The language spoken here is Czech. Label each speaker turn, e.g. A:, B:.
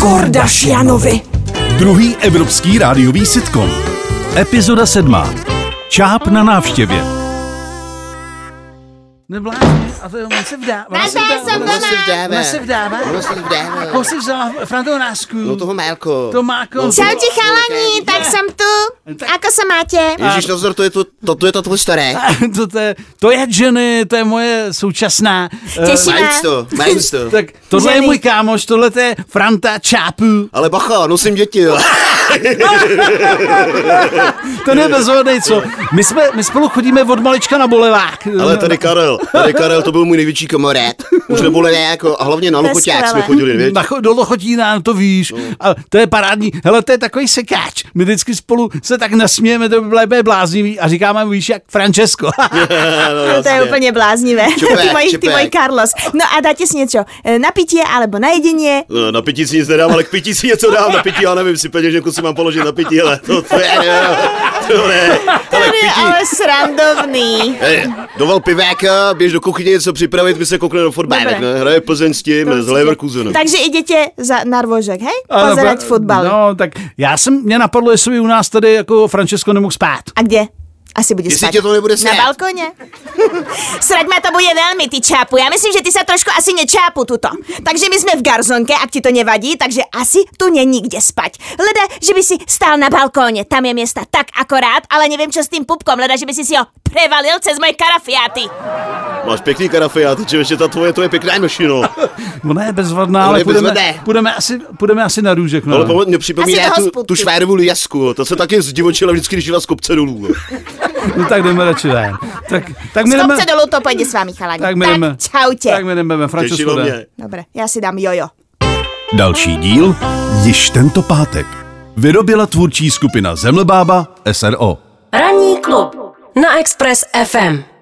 A: Kordašianovi.
B: Druhý evropský rádiový sitcom. Epizoda sedmá. Čáp na návštěvě.
C: Nevládne, vlastně, a to on se vdá. Ona
D: Tata,
C: se vdá,
D: jsem
C: ona
D: doma.
C: se vdává. Ona se vdává.
E: Ono se vdává.
D: Jako
C: Koho si vzala frantovrásku?
E: No toho Málko.
C: To Málko.
D: Čau ti chalani, tak jsem tu. Ako se máte?
E: Ježíš, nazdar, to je to, to, to je to tvoje staré.
C: to, to, je, to je Jenny, to je moje současná. eh,
D: Těším.
E: Majíc to, majíc to.
C: tak tohle je
D: Jenny.
C: můj kámoš, tohle to je Franta Čápu.
E: Ale bacha, nosím děti, jo.
C: To je bezvodnej, co? My, jsme, my spolu chodíme od malička na bolevák.
E: Ale tady Karel, tady Karel, to byl můj největší kamarád. Už nebo ne jako, a hlavně na
D: To je
E: Lukoťák jsme
D: skvělé.
E: chodili, věď?
C: Na cho- do Lochotína, to víš.
E: No.
C: A to je parádní. Hele, to je takový sekáč. My vždycky spolu se tak nasmějeme, to by bylo bláznivý a říkáme, víš, jak Francesco.
D: No, to je úplně bláznivé.
E: Čupek,
D: ty, moji, ty
E: čupek.
D: moji Carlos. No a dáte si něco eh, na pití alebo na jedenie?
E: No, Na pití si nic nedám, ale k pití si něco dám. Na pití, já nevím, si peněženku si mám položit na pití, ale to, to je, jo, to ne. Ale
D: Ten
E: k
D: je
E: pití,
D: ale srandovný.
E: Hej, Doval piváka, běž do kuchyně něco připravit, my se koukneme do fotbálek.
D: Dobré.
E: Ne? Hraje Plzeň s tím, s Leverkusenem.
D: Takže idete za, na rvožek, hej?
C: Ano,
D: Pozerať
C: pra-
D: fotbal.
C: No, tak já jsem, mě napadlo, jestli by u nás tady jako Francesco nemohl spát.
D: A kde? Asi bude
E: Jestli
D: spát.
E: tě to nebude
D: Na
E: srát.
D: balkoně? Srať ma to bude velmi, ty čápu. Já myslím, že ty se trošku asi nečápu tuto. Takže my jsme v garzonke, ak ti to nevadí, takže asi tu není kde spať. Leda, že by si stál na balkóně, tam je města tak akorát, ale nevím, čo s tím pupkom, leda, že by si si ho prevalil cez moje karafiáty.
E: Máš pěkný karafiát, že ještě ta tvoje, to je pěkná no. nošino.
C: Ona je No bezvadná,
E: Ona
C: ale
E: je
C: půjdeme,
E: bezvadná.
C: půjdeme, asi, půjdeme asi na růžek. No.
E: No, Ale pomoc mě připomíná
D: toho
E: tu,
D: spodku.
E: tu švárovu jasku, jo. ta se taky zdivočila vždycky, když šla z kopce dolů. jo.
C: no tak jdeme radši ven. Tak, tak my jdeme,
D: Stop se dolů, to pojde s vámi, chalani.
C: tak my jdeme,
D: čaute.
C: tak my jdeme, Francesco
E: Těšilo
C: jde.
E: mě.
D: Dobre, já si dám jojo.
B: Další díl již tento pátek. Vyrobila tvůrčí skupina Zemlbába SRO.
F: Ranní klub na Express FM.